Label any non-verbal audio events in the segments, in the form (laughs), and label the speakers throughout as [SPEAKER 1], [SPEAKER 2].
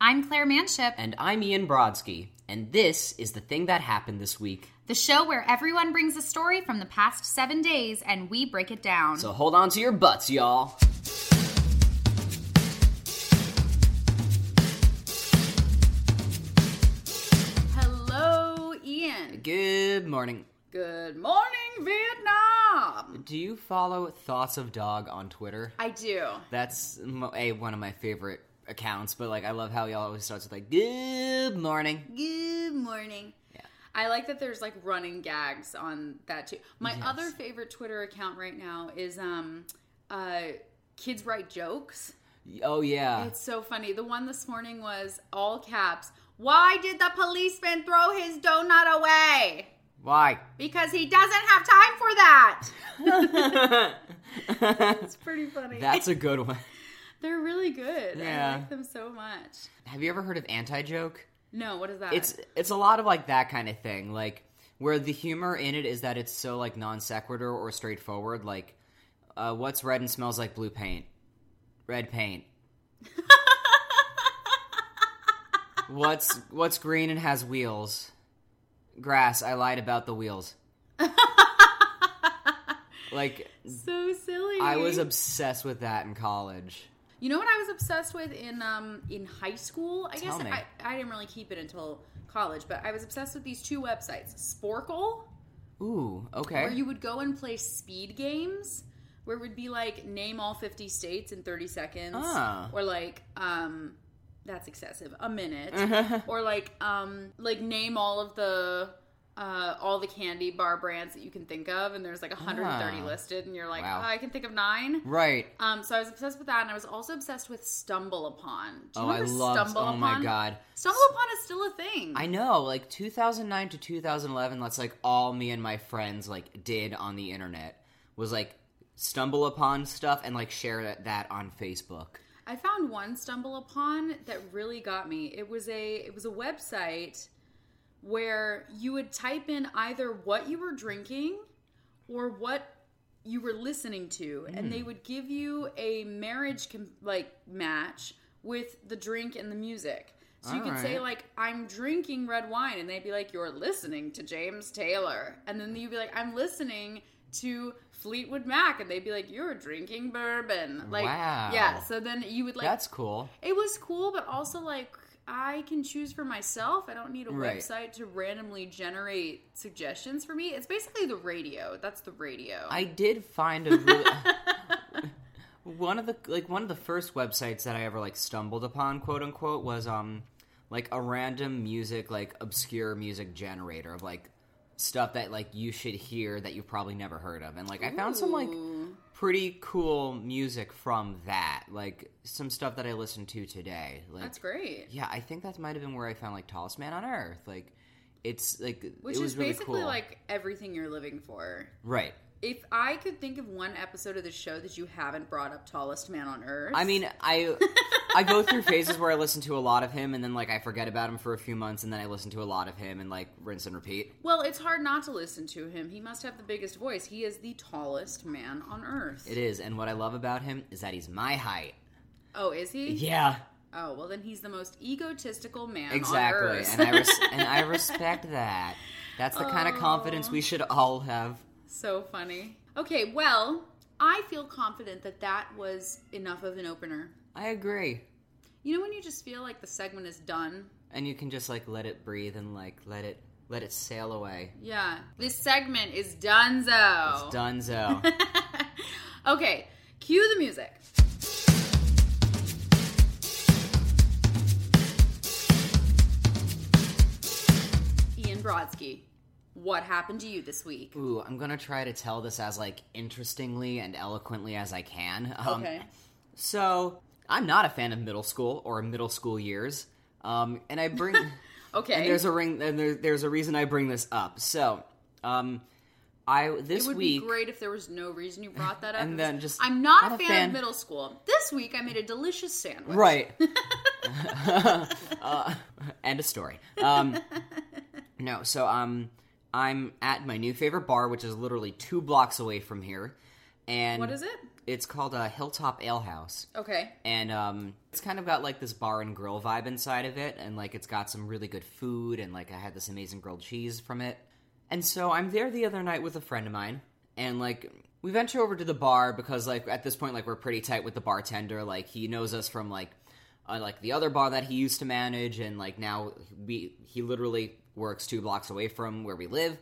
[SPEAKER 1] I'm Claire Manship,
[SPEAKER 2] And I'm Ian Brodsky, and this is the thing that happened this week.
[SPEAKER 1] the show where everyone brings a story from the past seven days and we break it down.
[SPEAKER 2] So hold on to your butts, y'all.
[SPEAKER 1] Hello, Ian.
[SPEAKER 2] Good morning.
[SPEAKER 1] Good morning, Vietnam.
[SPEAKER 2] Do you follow Thoughts of Dog on Twitter?
[SPEAKER 1] I do.
[SPEAKER 2] That's mo- a one of my favorite accounts, but like I love how y'all always starts with like "Good morning."
[SPEAKER 1] Good morning.
[SPEAKER 2] Yeah.
[SPEAKER 1] I like that there's like running gags on that too. My
[SPEAKER 2] Yes.
[SPEAKER 1] other favorite Twitter account right now is um uh kids write jokes.
[SPEAKER 2] Oh yeah,
[SPEAKER 1] It's so funny. The one this morning was all caps. Why did the policeman throw his donut away?
[SPEAKER 2] why? (laughs)
[SPEAKER 1] Because he doesn't have time for that.
[SPEAKER 2] That's
[SPEAKER 1] It's pretty funny.
[SPEAKER 2] a good one.
[SPEAKER 1] (laughs) They're really good. I
[SPEAKER 2] Yeah.
[SPEAKER 1] like them so much.
[SPEAKER 2] Have you ever heard of anti joke?
[SPEAKER 1] No, what is that?
[SPEAKER 2] it's it's a lot of like that kind of thing like where the humor in it is that it's so like non sequitur or straightforward like uh, what's red and smells like blue paint
[SPEAKER 1] (laughs)
[SPEAKER 2] red paint what's what's green and has wheels grass i lied about the wheels like
[SPEAKER 1] (laughs) so silly.
[SPEAKER 2] i was obsessed with that in college
[SPEAKER 1] You know what I was obsessed with in um in high school? I
[SPEAKER 2] Tell
[SPEAKER 1] guess
[SPEAKER 2] me.
[SPEAKER 1] I, I didn't really keep it until college, but I was obsessed with these two websites, Sporkle,
[SPEAKER 2] ooh
[SPEAKER 1] where
[SPEAKER 2] okay
[SPEAKER 1] you would go and play speed games, where it would be like name all 50 states in 30 seconds
[SPEAKER 2] Ah.
[SPEAKER 1] or like um that's excessive, a minute,
[SPEAKER 2] Uh-huh.
[SPEAKER 1] (laughs) or like um like name all of the uh, all the candy bar brands that you can think of, and there's like 130
[SPEAKER 2] Ah.
[SPEAKER 1] listed, and you're like,
[SPEAKER 2] Wow.
[SPEAKER 1] oh, I can think of nine.
[SPEAKER 2] (laughs) right
[SPEAKER 1] Um, so I was obsessed with that, and I was also obsessed with Stumble Upon. Do you
[SPEAKER 2] oh i
[SPEAKER 1] remember
[SPEAKER 2] loved
[SPEAKER 1] Stumble
[SPEAKER 2] oh
[SPEAKER 1] Upon?
[SPEAKER 2] my god
[SPEAKER 1] Stumble Upon is still a thing.
[SPEAKER 2] I know, like 2009 to 2011, that's like all me and my friends like did on the internet was like stumble upon stuff and like share that, that on Facebook.
[SPEAKER 1] I found one Stumble Upon that really got me. It was a it was a website where you would type in either what you were drinking or what you were listening to, and
[SPEAKER 2] Hmm.
[SPEAKER 1] they would give you a marriage com- like match with the drink and the music. So you could say
[SPEAKER 2] Alright.
[SPEAKER 1] like I'm drinking red wine, and they'd be like you're listening to James Taylor, and then you'd be like I'm listening to Fleetwood Mac, and they'd be like you're drinking bourbon. Like
[SPEAKER 2] Wow.
[SPEAKER 1] yeah, so then you would like
[SPEAKER 2] that's cool.
[SPEAKER 1] it was cool, but also like I can choose for myself. I don't need a
[SPEAKER 2] Right.
[SPEAKER 1] website to randomly generate suggestions for me. It's basically the radio. That's the radio.
[SPEAKER 2] I did find a really, (laughs) one of the like one of the first websites that I ever like stumbled upon, quote unquote, was um like a random music like obscure music generator of like stuff that like you should hear that you've probably never heard of. And like I found some like
[SPEAKER 1] Ooh.
[SPEAKER 2] pretty cool music from that. Like some stuff that I listened to today. Like
[SPEAKER 1] that's great.
[SPEAKER 2] Yeah, I think that might have been where I found like Tallest Man on Earth. Like it's like
[SPEAKER 1] Which
[SPEAKER 2] it was
[SPEAKER 1] is
[SPEAKER 2] really
[SPEAKER 1] basically
[SPEAKER 2] cool.
[SPEAKER 1] like everything you're living for.
[SPEAKER 2] right.
[SPEAKER 1] If I could think of one episode of the show that you haven't brought up, Tallest Man on Earth.
[SPEAKER 2] I mean,
[SPEAKER 1] (laughs)
[SPEAKER 2] I I go through phases where I listen to a lot of him and then like I forget about him for a few months and then I listen to a lot of him and like rinse and repeat.
[SPEAKER 1] well, it's hard not to listen to him. He must have the biggest voice. He is the tallest man on Earth.
[SPEAKER 2] It is, and what I love about him is that he's my height.
[SPEAKER 1] Oh, is he?
[SPEAKER 2] Yeah,
[SPEAKER 1] Oh, well, then he's the most egotistical man on
[SPEAKER 2] exactly.
[SPEAKER 1] Earth.
[SPEAKER 2] And
[SPEAKER 1] (laughs)
[SPEAKER 2] I res- and I respect that. That's the kind of confidence we should all have.
[SPEAKER 1] So funny. Okay, well, I feel confident that that was enough of an opener.
[SPEAKER 2] I agree.
[SPEAKER 1] You know when you just feel like the segment is done?
[SPEAKER 2] and you can just like let it breathe and like let it let it sail away.
[SPEAKER 1] Yeah. This segment is donezo. (laughs)
[SPEAKER 2] It's Dunzo.
[SPEAKER 1] okay, cue the music. Ian Brodsky, what happened to you this week?
[SPEAKER 2] Ooh, I'm gonna try to tell this as like interestingly and eloquently as I can. Um,
[SPEAKER 1] Okay.
[SPEAKER 2] So I'm not a fan of middle school or middle school years, um, and
[SPEAKER 1] (laughs)
[SPEAKER 2] I bring (laughs) and
[SPEAKER 1] Okay.
[SPEAKER 2] there's a ring and there, there's a reason I bring this up. So, um, I this
[SPEAKER 1] It would
[SPEAKER 2] week
[SPEAKER 1] be great if there was no reason you brought that up.
[SPEAKER 2] And
[SPEAKER 1] It
[SPEAKER 2] then
[SPEAKER 1] was,
[SPEAKER 2] just
[SPEAKER 1] I'm not, a, fan, of
[SPEAKER 2] fan."
[SPEAKER 1] middle school. This week I made a delicious sandwich. (laughs)
[SPEAKER 2] Right. (laughs) uh, end of story. Um, no, so um, I'm at my new favorite bar, which is literally two blocks away from here. And
[SPEAKER 1] What is it?
[SPEAKER 2] It's called a Hilltop Ale House.
[SPEAKER 1] Okay.
[SPEAKER 2] and um, it's kind of got like this bar and grill vibe inside of it, and like it's got some really good food, and like I had this amazing grilled cheese from it. And so I'm there the other night with a friend of mine, and like we venture over to the bar because like at this point like we're pretty tight with the bartender, like he knows us from like uh, like the other bar that he used to manage, and like now we he literally works two blocks away from where we live.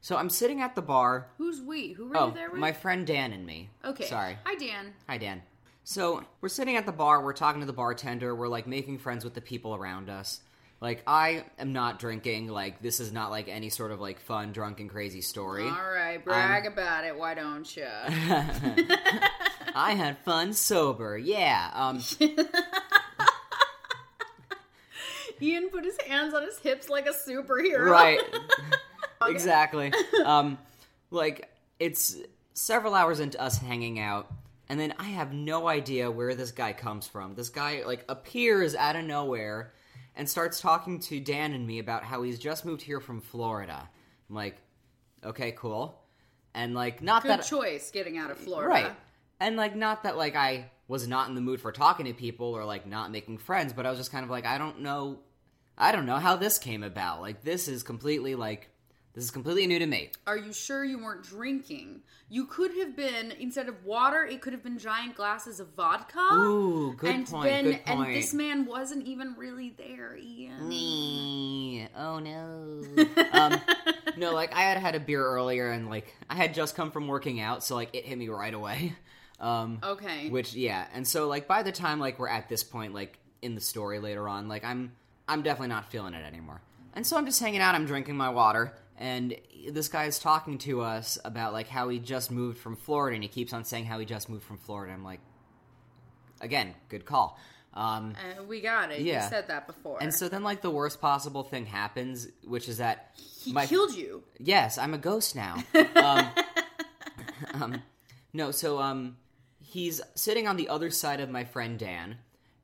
[SPEAKER 2] So I'm sitting at the bar.
[SPEAKER 1] Who's we? Who were
[SPEAKER 2] Oh,
[SPEAKER 1] you there with?
[SPEAKER 2] my friend Dan and me.
[SPEAKER 1] okay.
[SPEAKER 2] sorry.
[SPEAKER 1] Hi, Dan.
[SPEAKER 2] Hi, Dan. So we're sitting at the bar, we're talking to the bartender, we're like making friends with the people around us. Like, I am not drinking, like, this is not like any sort of like fun, drunken, crazy story.
[SPEAKER 1] All right, brag about it. Why don't you?
[SPEAKER 2] (laughs) I had fun sober, yeah. Um,
[SPEAKER 1] Ian put his hands on his hips like a superhero.
[SPEAKER 2] right. exactly. Um, like, it's several hours into us hanging out, and then I have no idea where this guy comes from. This guy, like, appears out of nowhere and starts talking to Dan and me about how he's just moved here from Florida. I'm like, okay, cool. And, like,
[SPEAKER 1] (laughs)
[SPEAKER 2] not
[SPEAKER 1] Good
[SPEAKER 2] that.
[SPEAKER 1] choice getting out of Florida.
[SPEAKER 2] Right. Uh-huh. And like not that like I was not in the mood for talking to people or like not making friends, but I was just kind of like I don't know I don't know how this came about. Like this is completely like this is completely new to me.
[SPEAKER 1] Are you sure you weren't drinking? You could have been instead of water, it could have been giant glasses of vodka.
[SPEAKER 2] Ooh, good
[SPEAKER 1] and
[SPEAKER 2] point.
[SPEAKER 1] Then,
[SPEAKER 2] good point. Mm.
[SPEAKER 1] And this man wasn't even really there, Ian.
[SPEAKER 2] Me. Oh no. (laughs) um, no, like I had had a beer earlier and like I had just come from working out, so like it hit me right away. Um
[SPEAKER 1] Okay.
[SPEAKER 2] Which yeah, and so like by the time like we're at this point like in the story later on, like I'm I'm definitely not feeling it anymore. And so I'm just hanging out, I'm drinking my water, and this guy is talking to us about like how he just moved from Florida and he keeps on saying how he just moved from Florida. I'm like again, good call. Um
[SPEAKER 1] Uh, we got it.
[SPEAKER 2] Yeah.
[SPEAKER 1] You said that before.
[SPEAKER 2] and so then like the worst possible thing happens, which is that
[SPEAKER 1] he
[SPEAKER 2] my-
[SPEAKER 1] killed you.
[SPEAKER 2] Yes, I'm a
[SPEAKER 1] (laughs)
[SPEAKER 2] ghost now. Um, (laughs) um, no, so um, he's sitting on the other side of my friend Dan,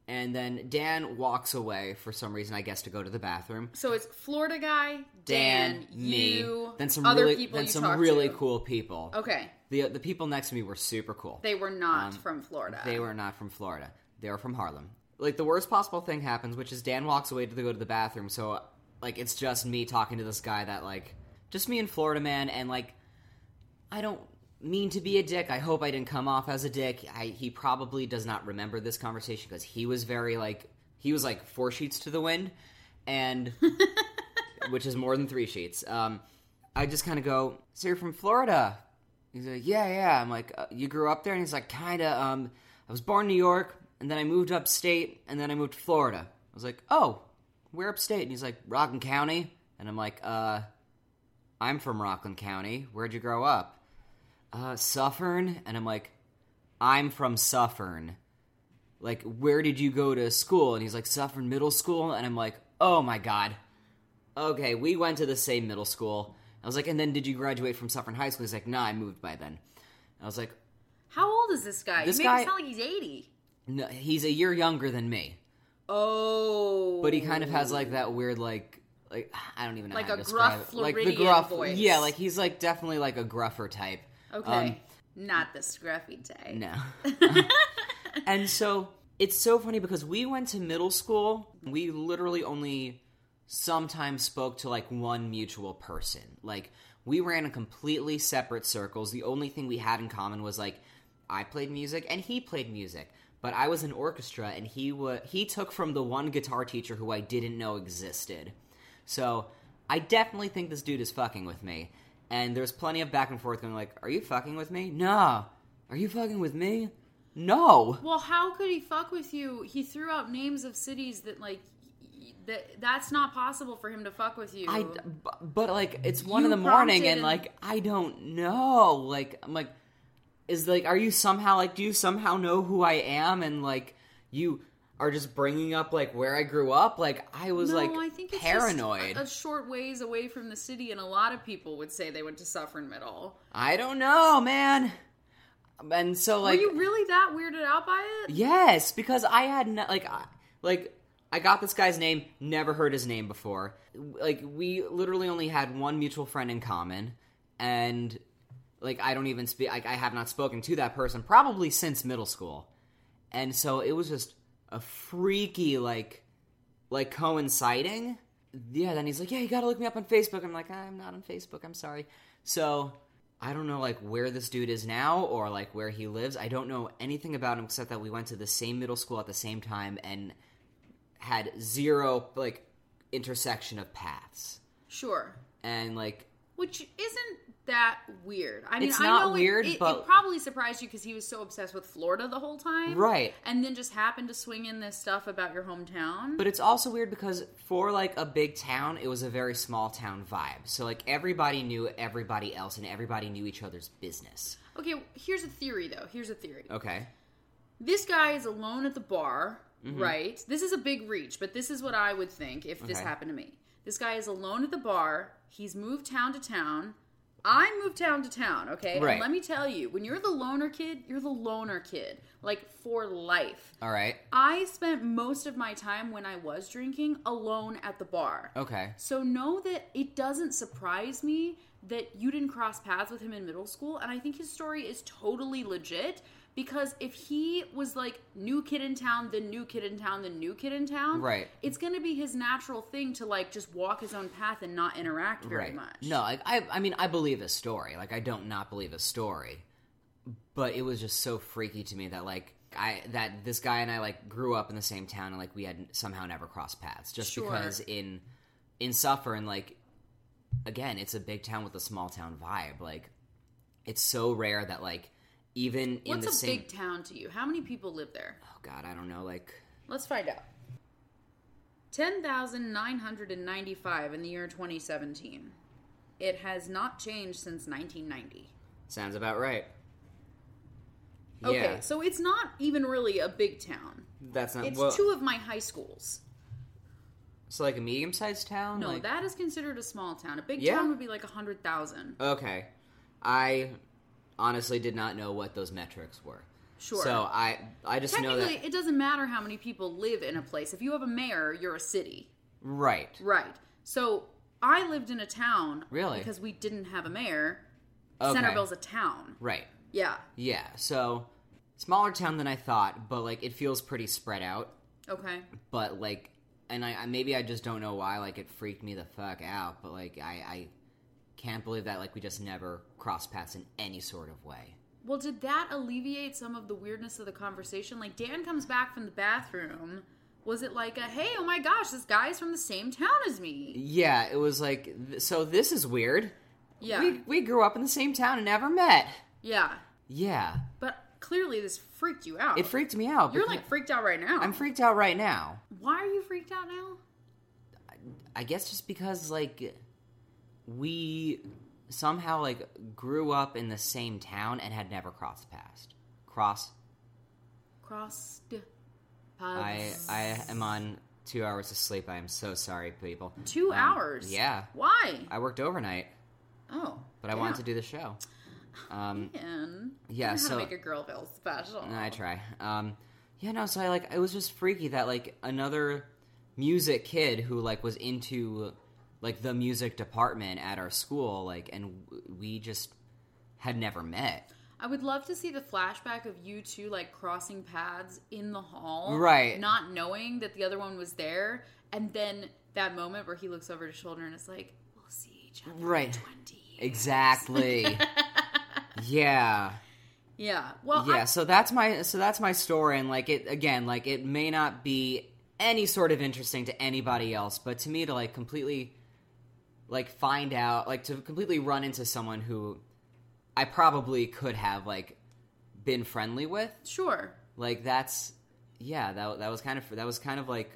[SPEAKER 2] and then Dan walks away for some reason, I guess, to go to the bathroom.
[SPEAKER 1] So it's Florida guy, Dan,
[SPEAKER 2] Dan, me,
[SPEAKER 1] you,
[SPEAKER 2] then some
[SPEAKER 1] other
[SPEAKER 2] really,
[SPEAKER 1] people
[SPEAKER 2] then
[SPEAKER 1] you
[SPEAKER 2] some
[SPEAKER 1] talked
[SPEAKER 2] really
[SPEAKER 1] to.
[SPEAKER 2] cool people.
[SPEAKER 1] Okay.
[SPEAKER 2] The the people next to me were super cool.
[SPEAKER 1] They were not from Florida.
[SPEAKER 2] Um, They were not from Florida. They were from Harlem. Like the worst possible thing happens, which is Dan walks away to go to the bathroom. So like it's just me talking to this guy that like just me and Florida man and like I don't mean to be a dick. I hope I didn't come off as a dick. I he probably does not remember this conversation because he was very like he was like four sheets to the wind and which is more than three sheets. Um, I just kind of go, so you're from Florida? He's like, yeah, yeah. I'm like, uh, you grew up there? And he's like, kind of. Um, I was born in New York, and then I moved upstate, and then I moved to Florida. I was like, oh, where upstate? And he's like, Rockland County. And I'm like, uh, I'm from Rockland County. Where'd you grow up? Uh, Suffern. And I'm like, I'm from Suffern like where did you go to school and he's like suffern middle school and i'm like oh my god okay we went to the same middle school i was like and then did you graduate from suffern high school he's like nah i moved by then i was like
[SPEAKER 1] How old is this guy?
[SPEAKER 2] This
[SPEAKER 1] you make
[SPEAKER 2] guy-
[SPEAKER 1] him sound like he's 80.
[SPEAKER 2] no, he's a year younger than me
[SPEAKER 1] Oh.
[SPEAKER 2] but he kind of has like that weird like like I don't even know
[SPEAKER 1] Like
[SPEAKER 2] how
[SPEAKER 1] a
[SPEAKER 2] to
[SPEAKER 1] gruff
[SPEAKER 2] describe it. like the
[SPEAKER 1] Floridian
[SPEAKER 2] gruff
[SPEAKER 1] voice.
[SPEAKER 2] yeah like he's like definitely like a gruffer type
[SPEAKER 1] Okay.
[SPEAKER 2] Um,
[SPEAKER 1] not the scruffy type.
[SPEAKER 2] No. (laughs) and so it's so funny because we went to middle school. We literally only sometimes spoke to like one mutual person. Like we ran in completely separate circles. The only thing we had in common was like I played music and he played music. But I was in orchestra and he wa- he took from the one guitar teacher who I didn't know existed. So I definitely think this dude is fucking with me. And there's plenty of back and forth going like, "Are you fucking with me? No. Are you fucking with me? No."
[SPEAKER 1] Well, how could he fuck with you? He threw out names of cities that like y- that that's not possible for him to fuck with you.
[SPEAKER 2] I, bu- but like it's one
[SPEAKER 1] You
[SPEAKER 2] in the morning
[SPEAKER 1] prompted
[SPEAKER 2] and
[SPEAKER 1] him.
[SPEAKER 2] like I don't know. Like I'm like, is like are you somehow like do you somehow know who I am and like you are just bringing up like where I grew up? Like I was
[SPEAKER 1] no,
[SPEAKER 2] like
[SPEAKER 1] I think it's
[SPEAKER 2] paranoid.
[SPEAKER 1] Just a, a short ways away from the city, and a lot of people would say they went to Suffern Middle.
[SPEAKER 2] I don't know, man. And so like
[SPEAKER 1] Were you really that weirded out by it?
[SPEAKER 2] Yes, because I had no, like I, like I got this guy's name, never heard his name before. Like we literally only had one mutual friend in common, and like I don't even speak. Like I have not spoken to that person probably since middle school, and so it was just a freaky like, like coinciding. Yeah. Then he's like, "Yeah, you gotta look me up on Facebook." I'm like, "I'm not on Facebook. I'm sorry." So I don't know like where this dude is now or like where he lives. I don't know anything about him except that we went to the same middle school at the same time and had zero like intersection of paths.
[SPEAKER 1] Sure.
[SPEAKER 2] And like
[SPEAKER 1] Which isn't that weird. I mean,
[SPEAKER 2] It's
[SPEAKER 1] I
[SPEAKER 2] not
[SPEAKER 1] know it-
[SPEAKER 2] weird,
[SPEAKER 1] it, it,
[SPEAKER 2] but-
[SPEAKER 1] probably surprised you because he was so obsessed with Florida the whole time,
[SPEAKER 2] right.
[SPEAKER 1] And then just happened to swing in this stuff about your hometown.
[SPEAKER 2] But it's also weird because for like a big town, it was a very small town vibe. So like everybody knew everybody else and everybody knew each other's business.
[SPEAKER 1] okay, here's a theory though. Here's a theory.
[SPEAKER 2] Okay.
[SPEAKER 1] This guy is alone at the bar,
[SPEAKER 2] Mm-hmm.
[SPEAKER 1] right? This is a big reach, but this is what I would think if this
[SPEAKER 2] Okay.
[SPEAKER 1] happened to me. This guy is alone at the bar. He's moved town to town. I moved town to town, okay? And
[SPEAKER 2] Right.
[SPEAKER 1] let me tell you, when you're the loner kid, you're the loner kid, like for life.
[SPEAKER 2] All right.
[SPEAKER 1] I spent most of my time when I was drinking alone at the bar.
[SPEAKER 2] Okay.
[SPEAKER 1] So know that it doesn't surprise me that you didn't cross paths with him in middle school. And I think his story is totally legit because if he was like new kid in town, then new kid in town, then new kid in town,
[SPEAKER 2] Right.
[SPEAKER 1] It's gonna be his natural thing to like just walk his own path and not interact very
[SPEAKER 2] right.
[SPEAKER 1] much.
[SPEAKER 2] No, like I I mean I believe his story. Like I don't not believe his story. But it was just so freaky to me that like I that this guy and I like grew up in the same town and like we had somehow never crossed paths just
[SPEAKER 1] Sure.
[SPEAKER 2] because in in Suffer and like again, it's a big town with a small town vibe. Like it's so rare that like even in
[SPEAKER 1] What's
[SPEAKER 2] the
[SPEAKER 1] a
[SPEAKER 2] same
[SPEAKER 1] big town to you? How many people live there?
[SPEAKER 2] oh god, I don't know like
[SPEAKER 1] Let's find out. 10,995 in the year 2017. It has not changed since 1990.
[SPEAKER 2] sounds about right.
[SPEAKER 1] Okay,
[SPEAKER 2] yeah,
[SPEAKER 1] so it's not even really a big town.
[SPEAKER 2] that's not
[SPEAKER 1] It's
[SPEAKER 2] well,
[SPEAKER 1] two of my high schools.
[SPEAKER 2] so like a medium sized town.
[SPEAKER 1] No,
[SPEAKER 2] like,
[SPEAKER 1] that is considered a small town. A big
[SPEAKER 2] Yeah.
[SPEAKER 1] town would be like 100,000.
[SPEAKER 2] Okay. I honestly did not know what those metrics were.
[SPEAKER 1] Sure.
[SPEAKER 2] So I I just know
[SPEAKER 1] Technically,
[SPEAKER 2] that
[SPEAKER 1] it doesn't matter how many people live in a place. If you have a mayor, you're a city.
[SPEAKER 2] right.
[SPEAKER 1] Right. So I lived in a town.
[SPEAKER 2] Really?
[SPEAKER 1] Because we didn't have a mayor.
[SPEAKER 2] Okay.
[SPEAKER 1] Centerville's a town.
[SPEAKER 2] Right.
[SPEAKER 1] Yeah.
[SPEAKER 2] Yeah. So smaller town than I thought, but like it feels pretty spread out.
[SPEAKER 1] Okay.
[SPEAKER 2] But like, and I I- maybe I just don't know why. Like it freaked me the fuck out. But like I I can't believe that like we just never crossed paths in any sort of way.
[SPEAKER 1] Well, did that alleviate some of the weirdness of the conversation? Like, Dan comes back from the bathroom. Was it like a, hey, oh my gosh, this guy's from the same town as me?
[SPEAKER 2] Yeah. It was like th- so. This is weird.
[SPEAKER 1] Yeah.
[SPEAKER 2] We we grew up in the same town and never met.
[SPEAKER 1] yeah.
[SPEAKER 2] Yeah.
[SPEAKER 1] But clearly, this freaked you out.
[SPEAKER 2] It freaked me out.
[SPEAKER 1] You're
[SPEAKER 2] because-
[SPEAKER 1] like freaked out right now.
[SPEAKER 2] I'm freaked out right now.
[SPEAKER 1] Why are you freaked out now?
[SPEAKER 2] I guess just because like we somehow like grew up in the same town and had never crossed past. Cross.
[SPEAKER 1] Crossed. Oh,
[SPEAKER 2] I
[SPEAKER 1] paths.
[SPEAKER 2] I am on two hours of sleep. I am so sorry, people.
[SPEAKER 1] Two
[SPEAKER 2] Um,
[SPEAKER 1] hours.
[SPEAKER 2] Yeah,
[SPEAKER 1] Why?
[SPEAKER 2] I worked overnight,
[SPEAKER 1] oh.
[SPEAKER 2] but I wanted to do the show. Um,
[SPEAKER 1] And
[SPEAKER 2] Yeah,
[SPEAKER 1] How to
[SPEAKER 2] so-
[SPEAKER 1] make a girl feel special.
[SPEAKER 2] No, I try. Um, yeah, no. So I like it was just freaky that like another music kid who like was into like the music department at our school like and w- we just had never met.
[SPEAKER 1] I would love to see the flashback of you two like crossing paths in the hall,
[SPEAKER 2] Right.
[SPEAKER 1] Not knowing that the other one was there, and then that moment where he looks over his shoulder and it's like, "We'll see each other
[SPEAKER 2] Right.
[SPEAKER 1] in twenty years." (laughs)
[SPEAKER 2] Exactly. yeah.
[SPEAKER 1] Yeah. Well,
[SPEAKER 2] Yeah, so that's my so that's my story and like it again, like it may not be any sort of interesting to anybody else, but to me to like completely like find out like to completely run into someone who I probably could have like been friendly with,
[SPEAKER 1] I, sure.
[SPEAKER 2] like that's yeah, that that was kind of that was kind of like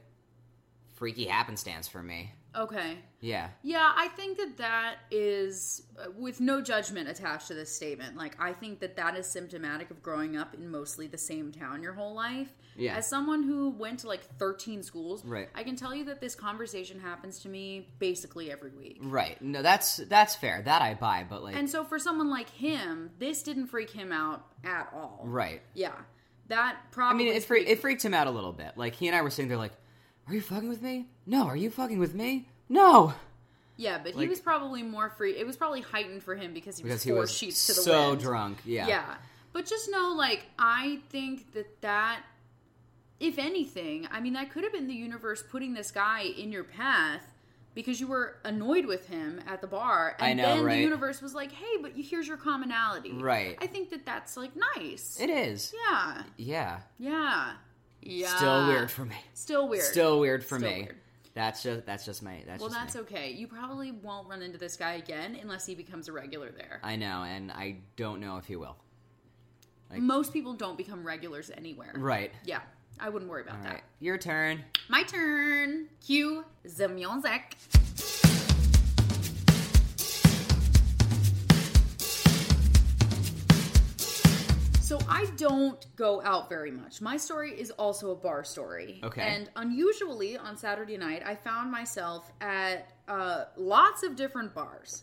[SPEAKER 2] freaky happenstance for me.
[SPEAKER 1] Okay.
[SPEAKER 2] Yeah.
[SPEAKER 1] Yeah, I think that that is, uh, with no judgment attached to this statement, like, I think that that is symptomatic of growing up in mostly the same town your whole life.
[SPEAKER 2] Yeah.
[SPEAKER 1] As someone who went to like 13 schools,
[SPEAKER 2] Right.
[SPEAKER 1] I can tell you that this conversation happens to me basically every week.
[SPEAKER 2] Right. No, that's that's fair. That I buy, but like
[SPEAKER 1] And so for someone like him, this didn't freak him out at all.
[SPEAKER 2] right.
[SPEAKER 1] Yeah. That
[SPEAKER 2] I
[SPEAKER 1] probably.
[SPEAKER 2] mean, it, fre- it freaked him out a little bit. Like he and I were sitting there, like, "Are you fucking with me? No. Are you fucking with me? No."
[SPEAKER 1] Yeah, but he
[SPEAKER 2] Like-
[SPEAKER 1] was probably more free. It was probably heightened for him because he was
[SPEAKER 2] because
[SPEAKER 1] four
[SPEAKER 2] he was
[SPEAKER 1] sheets to the
[SPEAKER 2] so
[SPEAKER 1] wind.
[SPEAKER 2] drunk. Yeah.
[SPEAKER 1] Yeah. But just know, like, I think that that, if anything, I mean, that could have been the universe putting this guy in your path because you were annoyed with him at the bar. And
[SPEAKER 2] I know,
[SPEAKER 1] then the
[SPEAKER 2] right?
[SPEAKER 1] universe was like, hey, but you- here's your commonality.
[SPEAKER 2] Right.
[SPEAKER 1] I think that that's, like, nice.
[SPEAKER 2] It is.
[SPEAKER 1] yeah.
[SPEAKER 2] Yeah.
[SPEAKER 1] Yeah. Yeah.
[SPEAKER 2] Still weird for me.
[SPEAKER 1] Still weird.
[SPEAKER 2] Still weird for
[SPEAKER 1] Still
[SPEAKER 2] me.
[SPEAKER 1] weird.
[SPEAKER 2] That's just that's just my that's
[SPEAKER 1] Well,
[SPEAKER 2] just
[SPEAKER 1] that's
[SPEAKER 2] me.
[SPEAKER 1] okay. You probably won't run into this guy again unless he becomes a regular there.
[SPEAKER 2] I know, and I don't know if he will. I-
[SPEAKER 1] Most people don't become regulars anywhere.
[SPEAKER 2] Right.
[SPEAKER 1] Yeah. I wouldn't worry about
[SPEAKER 2] All
[SPEAKER 1] that.
[SPEAKER 2] right. Your turn.
[SPEAKER 1] My turn. Cue the music. So I don't go out very much. My story is also a bar story.
[SPEAKER 2] Okay.
[SPEAKER 1] And unusually on Saturday night, I found myself at uh, lots of different bars.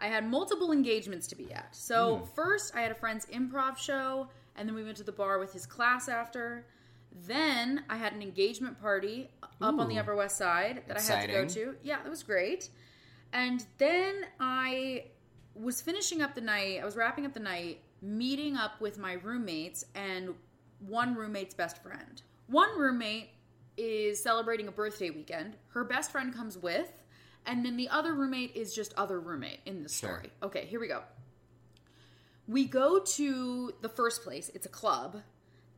[SPEAKER 1] I had multiple engagements to be at.
[SPEAKER 2] Hmm.
[SPEAKER 1] So first, I had a friend's improv show, and then we went to the bar with his class after. Then I had an engagement party up on the
[SPEAKER 2] Ooh.
[SPEAKER 1] Upper West Side that I had to go
[SPEAKER 2] Exciting.
[SPEAKER 1] to. Yeah, it was great. And then I was finishing up the night, I was wrapping up the night, meeting up with my roommates and one roommate's best friend. One roommate is celebrating a birthday weekend. Her best friend comes with, and then the other roommate is just other roommate in the
[SPEAKER 2] Sure.
[SPEAKER 1] story. Okay, here we go. We go to the first place, it's a club,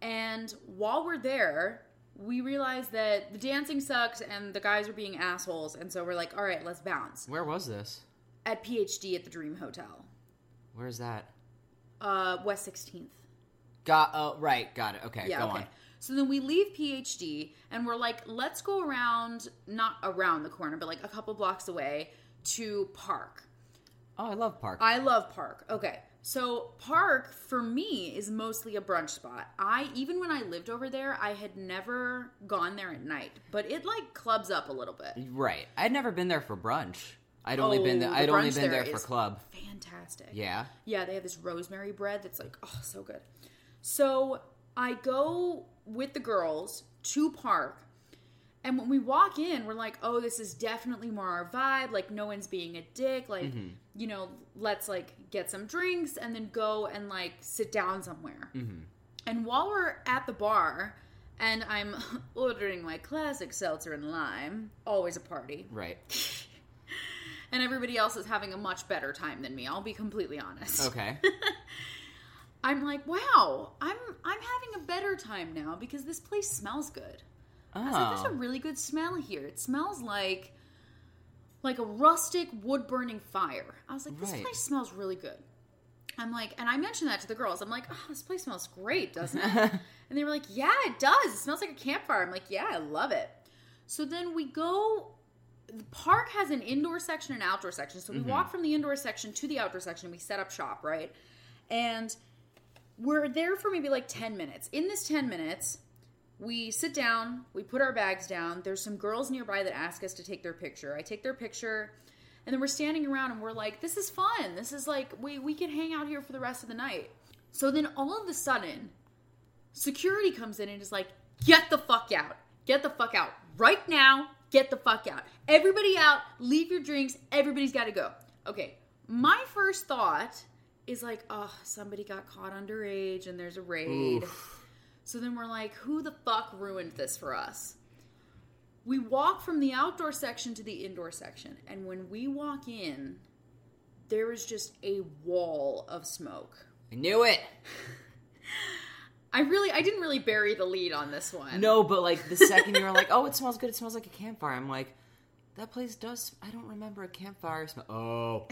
[SPEAKER 1] and while we're there, we realize that the dancing sucks and the guys are being assholes, and so we're like, all right, let's bounce.
[SPEAKER 2] Where was this?
[SPEAKER 1] At PhD at the Dream Hotel,
[SPEAKER 2] Where's that?
[SPEAKER 1] uh, West 16th.
[SPEAKER 2] Got oh right, got it. Okay,
[SPEAKER 1] Yeah,
[SPEAKER 2] go
[SPEAKER 1] okay.
[SPEAKER 2] on.
[SPEAKER 1] So then we leave PhD and we're like, let's go around, not around the corner, but like a couple blocks away to Park.
[SPEAKER 2] Oh, I love Park.
[SPEAKER 1] I love Park. Okay. So Park for me is mostly a brunch spot. I even when I lived over there, I had never gone there at night, but it like clubs up a little bit.
[SPEAKER 2] right. I'd never been there for brunch. I'd only
[SPEAKER 1] Oh,
[SPEAKER 2] been there
[SPEAKER 1] the
[SPEAKER 2] I'd only
[SPEAKER 1] brunch
[SPEAKER 2] been
[SPEAKER 1] there
[SPEAKER 2] there for
[SPEAKER 1] is-
[SPEAKER 2] club.
[SPEAKER 1] Fantastic.
[SPEAKER 2] Yeah.
[SPEAKER 1] Yeah, they have this rosemary bread that's like, oh, so good. So I go with the girls to Park. And when we walk in, we're like, oh, this is definitely more our vibe. Like, no one's being a dick. Like, you know, let's like get some drinks and then go and like sit down somewhere. And while we're at the bar and I'm (laughs) ordering my classic seltzer and lime, always a party
[SPEAKER 2] Right.
[SPEAKER 1] and everybody else is having a much better time than me. I'll be completely honest.
[SPEAKER 2] (laughs) Okay.
[SPEAKER 1] I'm like, wow, I'm I'm having a better time now because this place smells good. I was like, there's a
[SPEAKER 2] Oh.
[SPEAKER 1] really good smell here. It smells like like a rustic wood burning fire. I was like, this
[SPEAKER 2] Right.
[SPEAKER 1] place smells really good. I'm like, and I mentioned that to the girls. I'm like, oh, this place smells great, doesn't it? and they were like, yeah, it does. It smells like a campfire. I'm like, yeah, I love it. So then we go. The park has an indoor section and outdoor section. So we walk from the indoor section to the outdoor section. We set up shop, right? And we're there for maybe like 10 minutes. In this 10 minutes, we sit down, we put our bags down. There's some girls nearby that ask us to take their picture. I take their picture, and then we're standing around and we're like, this is fun. This is like, we, we could hang out here for the rest of the night. So then all of a sudden, security comes in and is like, get the fuck out. Get the fuck out. Right now, get the fuck out. Everybody out, leave your drinks. Everybody's got to go. Okay, my first thought is like, oh, somebody got caught underage and there's a raid. So then we're like, who the fuck ruined this for us? We walk from the outdoor section to the indoor section, and when we walk in, there is just a wall of smoke.
[SPEAKER 2] I knew it.
[SPEAKER 1] I really, I didn't really bury the lead on this one.
[SPEAKER 2] No, but like the second you were like, "Oh, it smells good. It smells like a campfire." I'm like, "That place does. I don't remember a campfire smell." Oh,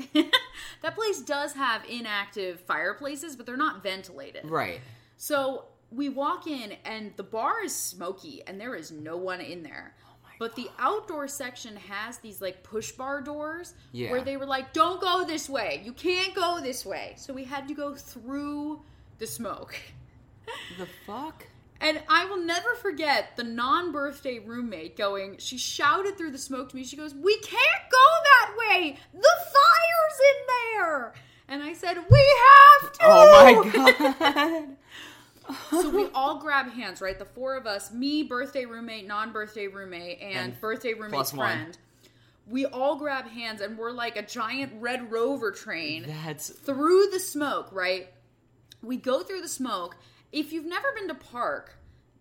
[SPEAKER 1] that place does have inactive fireplaces, but they're not ventilated.
[SPEAKER 2] right.
[SPEAKER 1] So we walk in, and the bar is smoky, and there is no one in there.
[SPEAKER 2] Oh
[SPEAKER 1] But the outdoor section has these like push bar doors
[SPEAKER 2] Yeah.
[SPEAKER 1] where they were like, don't go this way. You can't go this way. So we had to go through the smoke. (laughs)
[SPEAKER 2] The fuck?
[SPEAKER 1] And I will never forget the non birthday roommate going, she shouted through the smoke to me. She goes, We can't go that way. The fire's in there. And I said, We have to.
[SPEAKER 2] Oh my god. (laughs)
[SPEAKER 1] so we all grab hands, right? The four of us, me, birthday roommate, non birthday roommate, and,
[SPEAKER 2] And
[SPEAKER 1] birthday roommate's
[SPEAKER 2] plus one.
[SPEAKER 1] friend. we all grab hands and we're like a giant red rover train
[SPEAKER 2] That's
[SPEAKER 1] through the smoke, right? We go through the smoke. If you've never been to Park,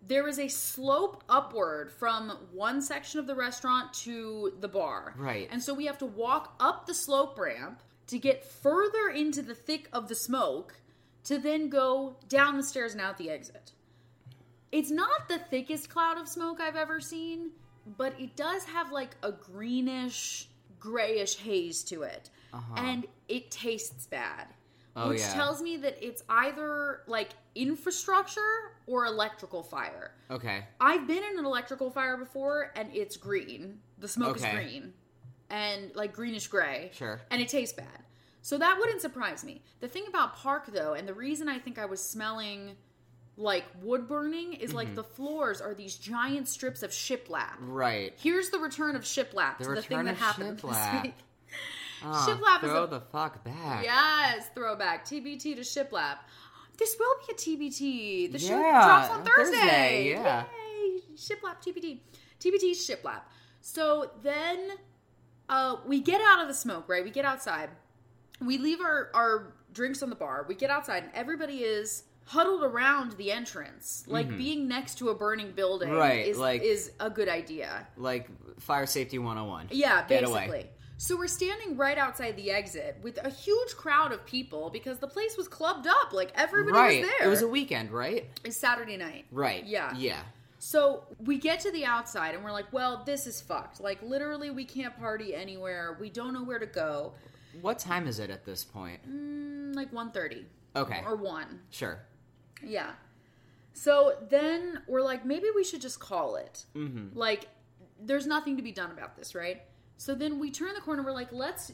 [SPEAKER 1] there is a slope upward from one section of the restaurant to the bar.
[SPEAKER 2] Right.
[SPEAKER 1] And so we have to walk up the slope ramp to get further into the thick of the smoke to then go down the stairs and out the exit. It's not the thickest cloud of smoke I've ever seen, but it does have like a greenish, grayish haze to it. And it tastes bad.
[SPEAKER 2] Uh-huh. Oh,
[SPEAKER 1] which
[SPEAKER 2] yeah.
[SPEAKER 1] tells me that it's either like infrastructure or electrical fire.
[SPEAKER 2] okay.
[SPEAKER 1] I've been in an electrical fire before and it's green. The smoke
[SPEAKER 2] Okay.
[SPEAKER 1] is green and like greenish gray.
[SPEAKER 2] Sure.
[SPEAKER 1] And it tastes bad. So that wouldn't surprise me. The thing about Park though, and the reason I think I was smelling like wood burning is
[SPEAKER 2] Mm-hmm.
[SPEAKER 1] like the floors are these giant strips of shiplap.
[SPEAKER 2] Right.
[SPEAKER 1] Here's the return of shiplap
[SPEAKER 2] The
[SPEAKER 1] to the thing
[SPEAKER 2] return
[SPEAKER 1] that
[SPEAKER 2] of
[SPEAKER 1] happened
[SPEAKER 2] shiplap.
[SPEAKER 1] this week.
[SPEAKER 2] Ah,
[SPEAKER 1] Shiplap is
[SPEAKER 2] throw
[SPEAKER 1] a-
[SPEAKER 2] the fuck back.
[SPEAKER 1] Yes, throwback. TBT to shiplap. This will be a TBT. The show
[SPEAKER 2] Yeah,
[SPEAKER 1] drops on
[SPEAKER 2] on
[SPEAKER 1] Thursday.
[SPEAKER 2] Thursday, yeah.
[SPEAKER 1] Yay! Shiplap TBT. TBT shiplap. So then uh, we get out of the smoke, right? We get outside. We leave our, our drinks on the bar. We get outside, and everybody is huddled around the entrance. Like being next to a burning building
[SPEAKER 2] Mm-hmm. Right,
[SPEAKER 1] is,
[SPEAKER 2] like-
[SPEAKER 1] is a good idea.
[SPEAKER 2] Like fire safety 101.
[SPEAKER 1] Yeah,
[SPEAKER 2] Get
[SPEAKER 1] basically.
[SPEAKER 2] away.
[SPEAKER 1] So we're standing right outside the exit with a huge crowd of people because the place was clubbed up. Like everybody
[SPEAKER 2] right.
[SPEAKER 1] was there.
[SPEAKER 2] It was a weekend, right?
[SPEAKER 1] It's Saturday night.
[SPEAKER 2] Right.
[SPEAKER 1] Yeah.
[SPEAKER 2] Yeah.
[SPEAKER 1] So we get to the outside and we're like, well, this is fucked. Like literally, we can't party anywhere. We don't know where to go.
[SPEAKER 2] What time is it at this point?
[SPEAKER 1] Mm, like 1.30
[SPEAKER 2] Okay.
[SPEAKER 1] or 1.
[SPEAKER 2] Sure.
[SPEAKER 1] Yeah. So then we're like, maybe we should just call it. Mm-hmm. Like, there's nothing to be done about this, right? So then we turn the corner. We're like, let's.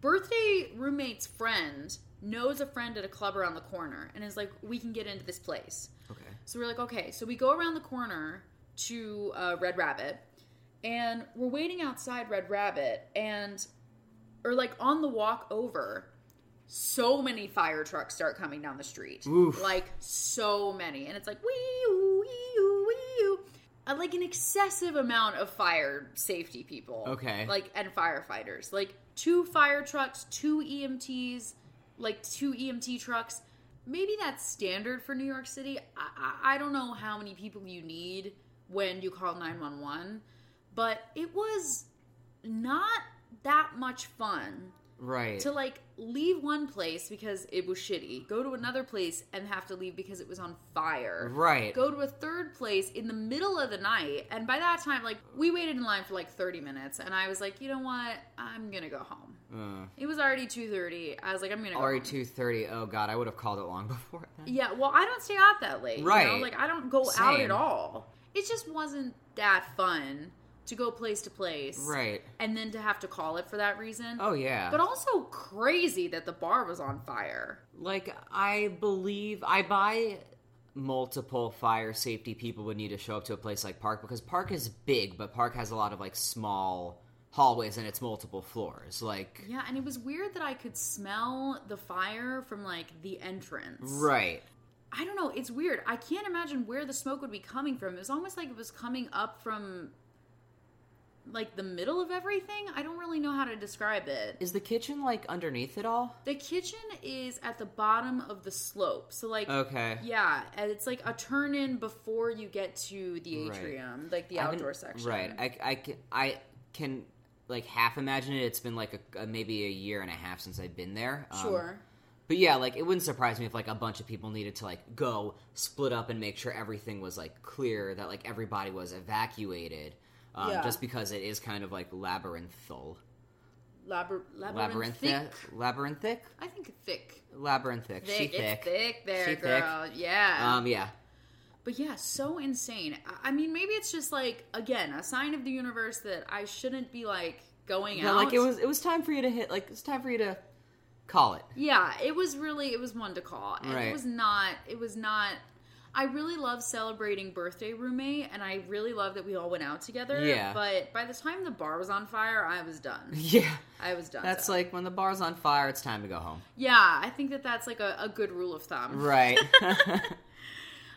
[SPEAKER 1] Birthday roommate's friend knows a friend at a club around the corner and is like, we can get into this place.
[SPEAKER 2] Okay.
[SPEAKER 1] So we're like, okay. So we go around the corner to uh, Red Rabbit, and we're waiting outside Red Rabbit, and or like on the walk over, so many fire trucks start coming down the street,
[SPEAKER 2] Oof.
[SPEAKER 1] like so many, and it's like wee oo wee oo wee oo, Uh, like an excessive amount of fire safety people,
[SPEAKER 2] Okay.
[SPEAKER 1] like and firefighters, like two fire trucks, two EMTs, like two EMT trucks. Maybe that's standard for New York City. I, I, I don't know how many people you need when you call 911, but it was not that much fun
[SPEAKER 2] Right.
[SPEAKER 1] to like leave one place because it was shitty, go to another place and have to leave because it was on fire.
[SPEAKER 2] right.
[SPEAKER 1] Go to a third place in the middle of the night, and by that time, like we waited in line for like thirty minutes, and I was like, you know what, I'm gonna go home.
[SPEAKER 2] Uh,
[SPEAKER 1] It was already two thirty. I was like, I'm gonna go.
[SPEAKER 2] RE
[SPEAKER 1] home.
[SPEAKER 2] two thirty. Oh god, I would have called it long (laughs) before. Then.
[SPEAKER 1] Yeah, well, I don't stay out that late. you know?
[SPEAKER 2] Right.
[SPEAKER 1] Like, I don't go out at
[SPEAKER 2] Same.
[SPEAKER 1] all. It just wasn't that fun to go place to place.
[SPEAKER 2] Right.
[SPEAKER 1] And then to have to call it for that reason.
[SPEAKER 2] Oh yeah.
[SPEAKER 1] But also crazy that the bar was on fire.
[SPEAKER 2] like I believe I buy multiple fire safety people would need to show up to a place like Park because Park is big, but Park has a lot of like small hallways and it's multiple floors. Like
[SPEAKER 1] Yeah, and it was weird that I could smell the fire from like the entrance.
[SPEAKER 2] right.
[SPEAKER 1] I don't know. It's weird. I can't imagine where the smoke would be coming from. It was almost like it was coming up from like the middle of everything. I don't really know how to describe it.
[SPEAKER 2] Is the kitchen like underneath it all?
[SPEAKER 1] The kitchen is at the bottom of the slope. So like
[SPEAKER 2] Okay.
[SPEAKER 1] yeah, and it's like a turn in before you get to the
[SPEAKER 2] Right.
[SPEAKER 1] atrium, like the
[SPEAKER 2] I can-
[SPEAKER 1] outdoor section.
[SPEAKER 2] Right. I, I can I can like half imagine it. It's been like a, a- maybe a year and a half since I've been there. Um,
[SPEAKER 1] sure.
[SPEAKER 2] But yeah, like it wouldn't surprise me if like a bunch of people needed to like go split up and make sure everything was like clear that like everybody was evacuated. Um,
[SPEAKER 1] Yeah.
[SPEAKER 2] Just because it is kind of like labyrinthal,
[SPEAKER 1] Labir- labyrinthic.
[SPEAKER 2] labyrinthic, labyrinthic,
[SPEAKER 1] I think thick.
[SPEAKER 2] labyrinthic.
[SPEAKER 1] Thick.
[SPEAKER 2] She
[SPEAKER 1] it's thick.
[SPEAKER 2] thick.
[SPEAKER 1] there,
[SPEAKER 2] She thick.
[SPEAKER 1] girl. Yeah.
[SPEAKER 2] Um, yeah,
[SPEAKER 1] but yeah, so insane. I- I mean, maybe it's just like again a sign of the universe that I shouldn't be like going
[SPEAKER 2] yeah.
[SPEAKER 1] out.
[SPEAKER 2] Like it was, it was time for you to hit. Like it's time for you to call it. (laughs)
[SPEAKER 1] Yeah, it was really it was one to call. And it
[SPEAKER 2] Right.
[SPEAKER 1] was not it was not I really love celebrating birthday roommate and I really love that we all went out together.
[SPEAKER 2] Yeah.
[SPEAKER 1] But by the time the bar was on fire, I was done.
[SPEAKER 2] (laughs) Yeah,
[SPEAKER 1] I was done.
[SPEAKER 2] that's
[SPEAKER 1] so.
[SPEAKER 2] like when the bar's on fire, it's time to go home.
[SPEAKER 1] (laughs) Yeah, I think that that's like a, a good rule of thumb.
[SPEAKER 2] Right.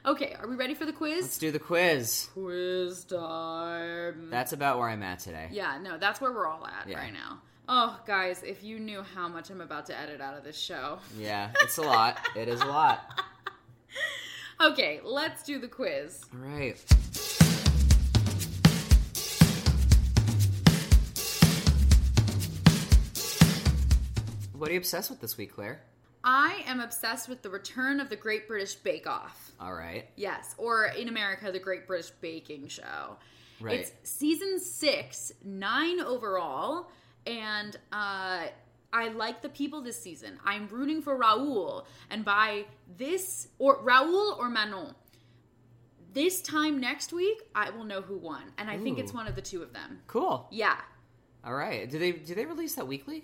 [SPEAKER 1] Okay, are we ready for the quiz?
[SPEAKER 2] Let's do the quiz.
[SPEAKER 1] quiz time.
[SPEAKER 2] That's about where I'm at today.
[SPEAKER 1] Yeah, no, that's where we're all at
[SPEAKER 2] Yeah.
[SPEAKER 1] right now. Oh, guys, if you knew how much I'm about to edit out of this show.
[SPEAKER 2] Yeah, it's a lot. it is a lot.
[SPEAKER 1] Okay, let's do the quiz.
[SPEAKER 2] All right. What are you obsessed with this week, Claire?
[SPEAKER 1] I am obsessed with the return of the Great British Bake Off.
[SPEAKER 2] All right.
[SPEAKER 1] Yes, or in America, the Great British Baking Show.
[SPEAKER 2] Right.
[SPEAKER 1] It's season six, nine overall, and uh, I like the people this season. I'm rooting for Raul, and by this or Raul or Manon. This time next week, I will know who won, and I think it's
[SPEAKER 2] Ooh.
[SPEAKER 1] one of the two of them.
[SPEAKER 2] Cool.
[SPEAKER 1] Yeah,
[SPEAKER 2] All right. Do they do they release that weekly?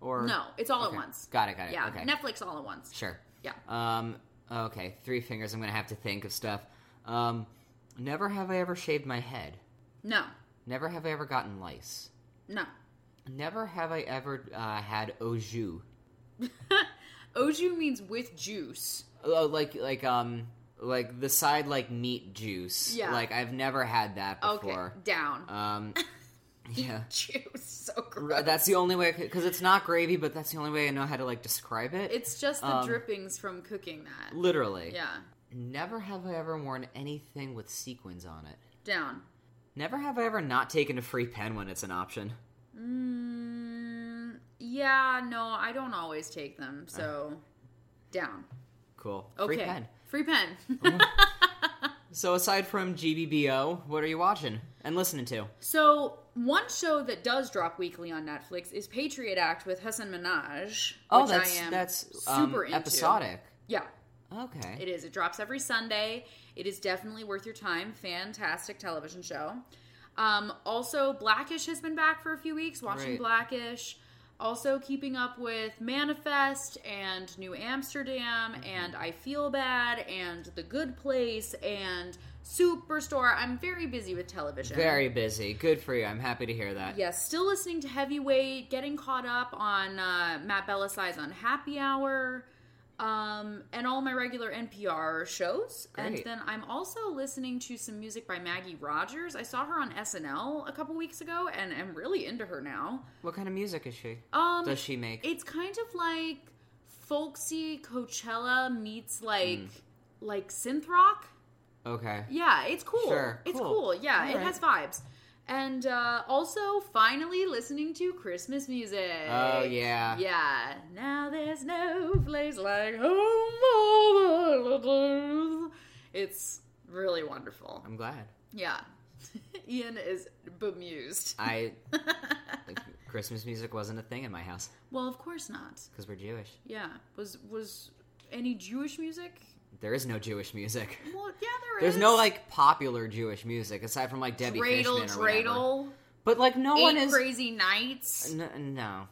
[SPEAKER 2] Or
[SPEAKER 1] no, it's all
[SPEAKER 2] Okay.
[SPEAKER 1] at once.
[SPEAKER 2] Got it. Got it.
[SPEAKER 1] Yeah,
[SPEAKER 2] Okay.
[SPEAKER 1] Netflix all at once.
[SPEAKER 2] Sure.
[SPEAKER 1] Yeah.
[SPEAKER 2] Um. Okay. Three fingers. I'm gonna have to think of stuff. Um. Never have I ever shaved my head.
[SPEAKER 1] No,
[SPEAKER 2] Never have I ever gotten lice.
[SPEAKER 1] no. (laughs)
[SPEAKER 2] Never have I ever uh, had au jus.
[SPEAKER 1] Oju means with juice.
[SPEAKER 2] Oh, like like um like the side like meat juice.
[SPEAKER 1] Yeah.
[SPEAKER 2] Like I've never had that
[SPEAKER 1] Okay,
[SPEAKER 2] before.
[SPEAKER 1] down. (laughs)
[SPEAKER 2] Um. Yeah.
[SPEAKER 1] Juice, so gross.
[SPEAKER 2] R- That's the only way because it's not gravy, but that's the only way I know how to like describe it.
[SPEAKER 1] It's just the
[SPEAKER 2] Um,
[SPEAKER 1] drippings from cooking that.
[SPEAKER 2] literally.
[SPEAKER 1] Yeah,
[SPEAKER 2] Never have I ever worn anything with sequins on it.
[SPEAKER 1] down.
[SPEAKER 2] Never have I ever not taken a free pen when it's an option.
[SPEAKER 1] Mm, yeah, no, I don't always take them, so down.
[SPEAKER 2] Cool.
[SPEAKER 1] Okay,
[SPEAKER 2] Free pen.
[SPEAKER 1] free pen.
[SPEAKER 2] (laughs) So aside from GBBO, what are you watching and listening to?
[SPEAKER 1] so one show that does drop weekly on Netflix is Patriot Act with Hassan Minaj.
[SPEAKER 2] Oh,
[SPEAKER 1] which
[SPEAKER 2] that's
[SPEAKER 1] I am
[SPEAKER 2] that's um,
[SPEAKER 1] super into.
[SPEAKER 2] episodic.
[SPEAKER 1] Yeah,
[SPEAKER 2] Okay.
[SPEAKER 1] it is. It drops every Sunday. It is definitely worth your time. Fantastic television show. Um, also, Blackish has been back for a few weeks. Watching
[SPEAKER 2] Right.
[SPEAKER 1] Blackish. Also, keeping up with Manifest and New Amsterdam
[SPEAKER 2] Mm-hmm.
[SPEAKER 1] and I Feel Bad and The Good Place and Superstore. I'm very busy with television.
[SPEAKER 2] Very busy. Good for you. I'm happy to hear that.
[SPEAKER 1] Yes, still listening to Heavyweight, getting caught up on uh, Matt Bellassi's on Happy Hour, um, and all my regular NPR shows. And
[SPEAKER 2] Great.
[SPEAKER 1] then I'm also listening to some music by Maggie Rogers. I saw her on SNL a couple weeks ago, and I'm really into her now.
[SPEAKER 2] What kind of music is she?
[SPEAKER 1] Um,
[SPEAKER 2] Does she make?
[SPEAKER 1] it's kind of like folksy Coachella meets
[SPEAKER 2] Hmm.
[SPEAKER 1] like like synth rock.
[SPEAKER 2] okay.
[SPEAKER 1] Yeah, it's cool.
[SPEAKER 2] Sure,
[SPEAKER 1] It's
[SPEAKER 2] cool.
[SPEAKER 1] cool. Yeah, it
[SPEAKER 2] Alright.
[SPEAKER 1] has vibes. And uh, also, finally, listening to Christmas music.
[SPEAKER 2] Oh, yeah.
[SPEAKER 1] Yeah. Now there's no place like home. for the- It's really wonderful.
[SPEAKER 2] I'm glad.
[SPEAKER 1] Yeah. (laughs) Ian is bemused.
[SPEAKER 2] I like, Christmas music wasn't a thing in my house
[SPEAKER 1] (laughs) well, of course not.
[SPEAKER 2] because we're Jewish.
[SPEAKER 1] Yeah. Was was any Jewish music?
[SPEAKER 2] There is no Jewish music.
[SPEAKER 1] Well, yeah, there
[SPEAKER 2] There's
[SPEAKER 1] is.
[SPEAKER 2] no like popular Jewish music aside from like Debbie
[SPEAKER 1] dreidel,
[SPEAKER 2] Fishman or whatever.
[SPEAKER 1] dreidel,
[SPEAKER 2] But like no one
[SPEAKER 1] eight
[SPEAKER 2] is.
[SPEAKER 1] crazy nights.
[SPEAKER 2] N- no.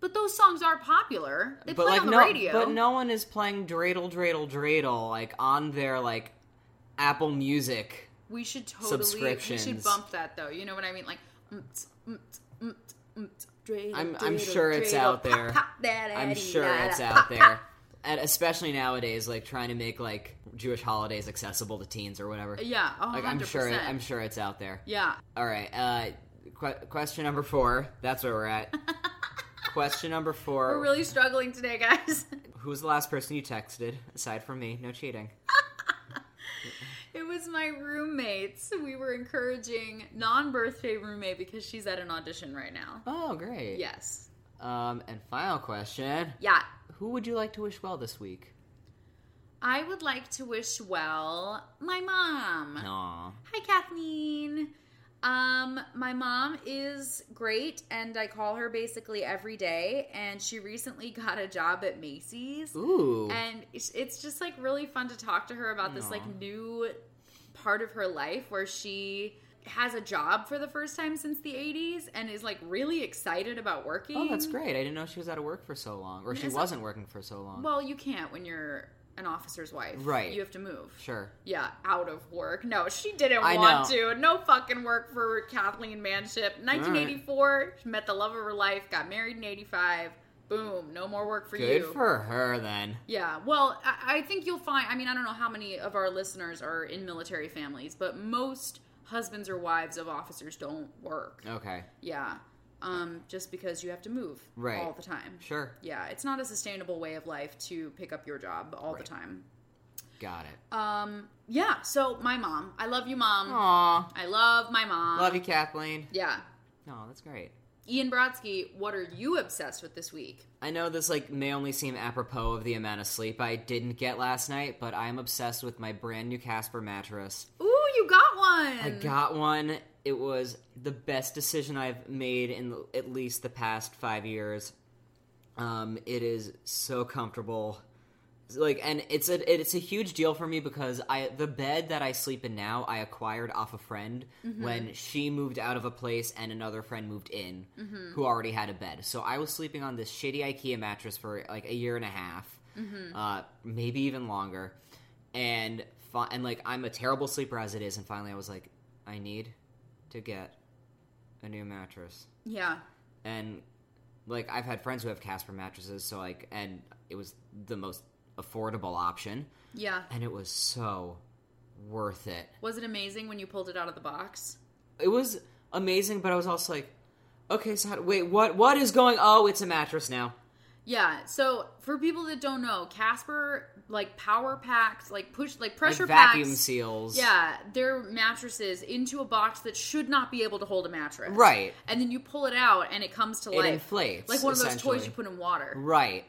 [SPEAKER 1] But those songs are popular. They
[SPEAKER 2] but
[SPEAKER 1] play
[SPEAKER 2] like
[SPEAKER 1] on the
[SPEAKER 2] no,
[SPEAKER 1] radio.
[SPEAKER 2] but no one is playing dreidel, dreidel, dreidel like on their like Apple Music.
[SPEAKER 1] we should totally. We should
[SPEAKER 2] Subscriptions.
[SPEAKER 1] bump that though. You know what I mean? Like, mm, t- mm, t- mm, t- mm, t- dreidel,
[SPEAKER 2] I'm- I'm
[SPEAKER 1] dreidel,
[SPEAKER 2] sure it's
[SPEAKER 1] dreidel,
[SPEAKER 2] out
[SPEAKER 1] pop,
[SPEAKER 2] there.
[SPEAKER 1] pop, da, da,
[SPEAKER 2] I'm
[SPEAKER 1] dee,
[SPEAKER 2] sure
[SPEAKER 1] da,
[SPEAKER 2] it's
[SPEAKER 1] da,
[SPEAKER 2] out
[SPEAKER 1] pop,
[SPEAKER 2] there, and especially nowadays, like trying to make like Jewish holidays accessible to teens or whatever.
[SPEAKER 1] pop. Yeah, a
[SPEAKER 2] Like
[SPEAKER 1] hundred
[SPEAKER 2] I'm sure, it,
[SPEAKER 1] percent.
[SPEAKER 2] I'm sure it's out there.
[SPEAKER 1] Yeah,
[SPEAKER 2] All right. Uh, que- question number four. That's where
[SPEAKER 1] (laughs)
[SPEAKER 2] we're at. question number 4
[SPEAKER 1] we're really struggling today, guys. (laughs)
[SPEAKER 2] Who was the last person you texted aside from me? No cheating.
[SPEAKER 1] it was my roommates. We were encouraging non-birthday roommate because she's at an audition right now.
[SPEAKER 2] Oh, great.
[SPEAKER 1] Yes.
[SPEAKER 2] Um, and final question.
[SPEAKER 1] Yeah.
[SPEAKER 2] Who would you like to wish well this week?
[SPEAKER 1] I would like to wish well my mom.
[SPEAKER 2] Aw.
[SPEAKER 1] Hi, Kathleen. Um, my mom is great, and I call her basically every day. And she recently (laughs) got a job at Macy's,
[SPEAKER 2] Ooh.
[SPEAKER 1] and it's it's just like really fun to talk to her about this
[SPEAKER 2] Aw.
[SPEAKER 1] like new part of her life where she has a job for the first time since the 80s and is like really excited about working.
[SPEAKER 2] Oh, that's great. I didn't know she was out of work for so long, or she
[SPEAKER 1] It's-
[SPEAKER 2] wasn't working for so long.
[SPEAKER 1] Well, you can't when you're an officer's wife.
[SPEAKER 2] Right.
[SPEAKER 1] You have to move.
[SPEAKER 2] sure.
[SPEAKER 1] Yeah, out of work. No, she didn't
[SPEAKER 2] I
[SPEAKER 1] want to. No fucking work for Kathleen Manship. 1984, she met the love of her life, got married in 85, boom, no more work for
[SPEAKER 2] Good
[SPEAKER 1] you.
[SPEAKER 2] for her then.
[SPEAKER 1] Yeah, well, I, I think you'll find. I mean, I don't know how many of our listeners are in military families, but most husbands or wives of officers don't work.
[SPEAKER 2] Okay,
[SPEAKER 1] Yeah, um, just because you have to move
[SPEAKER 2] Right.
[SPEAKER 1] all the time.
[SPEAKER 2] sure,
[SPEAKER 1] Yeah, it's not a sustainable way of life to pick up your job all
[SPEAKER 2] Right.
[SPEAKER 1] the time.
[SPEAKER 2] got it.
[SPEAKER 1] Um, yeah, so my mom. I love you, mom.
[SPEAKER 2] Aw,
[SPEAKER 1] I love my mom.
[SPEAKER 2] love you, Kathleen.
[SPEAKER 1] Yeah.
[SPEAKER 2] No, that's great.
[SPEAKER 1] Ian Brodsky, what are you obsessed with this week?
[SPEAKER 2] I know this like may only seem apropos of the amount of sleep I didn't get last night, but I'm obsessed with my brand new Casper mattress.
[SPEAKER 1] Ooh, you got one.
[SPEAKER 2] I got one. It was the best decision I've made in at least the past five years. Um, it is so comfortable. Like, and it's a it's a huge deal for me because I the bed that I sleep in now I acquired off a friend when she moved out of a place and another friend moved in who already had a bed. So I was sleeping on this shitty IKEA mattress for like a year and a half, uh, maybe even longer. And fi- and like I'm a terrible sleeper as it is, and finally I was like, I need to get a new mattress
[SPEAKER 1] Yeah.
[SPEAKER 2] and like I've had friends who have Casper mattresses, so like, and it was the most affordable option,
[SPEAKER 1] Yeah.
[SPEAKER 2] and it was so worth it.
[SPEAKER 1] Was it amazing when you pulled it out of the box?
[SPEAKER 2] It was amazing, but I was also like, okay, so how, wait, what? What is going? Oh, it's a mattress now.
[SPEAKER 1] Yeah. So for people that don't know, Casper like power packs, like push, like
[SPEAKER 2] Like
[SPEAKER 1] pressure
[SPEAKER 2] vacuum
[SPEAKER 1] packs.
[SPEAKER 2] seals.
[SPEAKER 1] Yeah, their mattresses into a box that should not be able to hold a mattress.
[SPEAKER 2] Right.
[SPEAKER 1] And then you pull it out and it comes to
[SPEAKER 2] It
[SPEAKER 1] life.
[SPEAKER 2] inflates,
[SPEAKER 1] Like one of those toys
[SPEAKER 2] essentially.
[SPEAKER 1] you put in water. (laughs)
[SPEAKER 2] Right.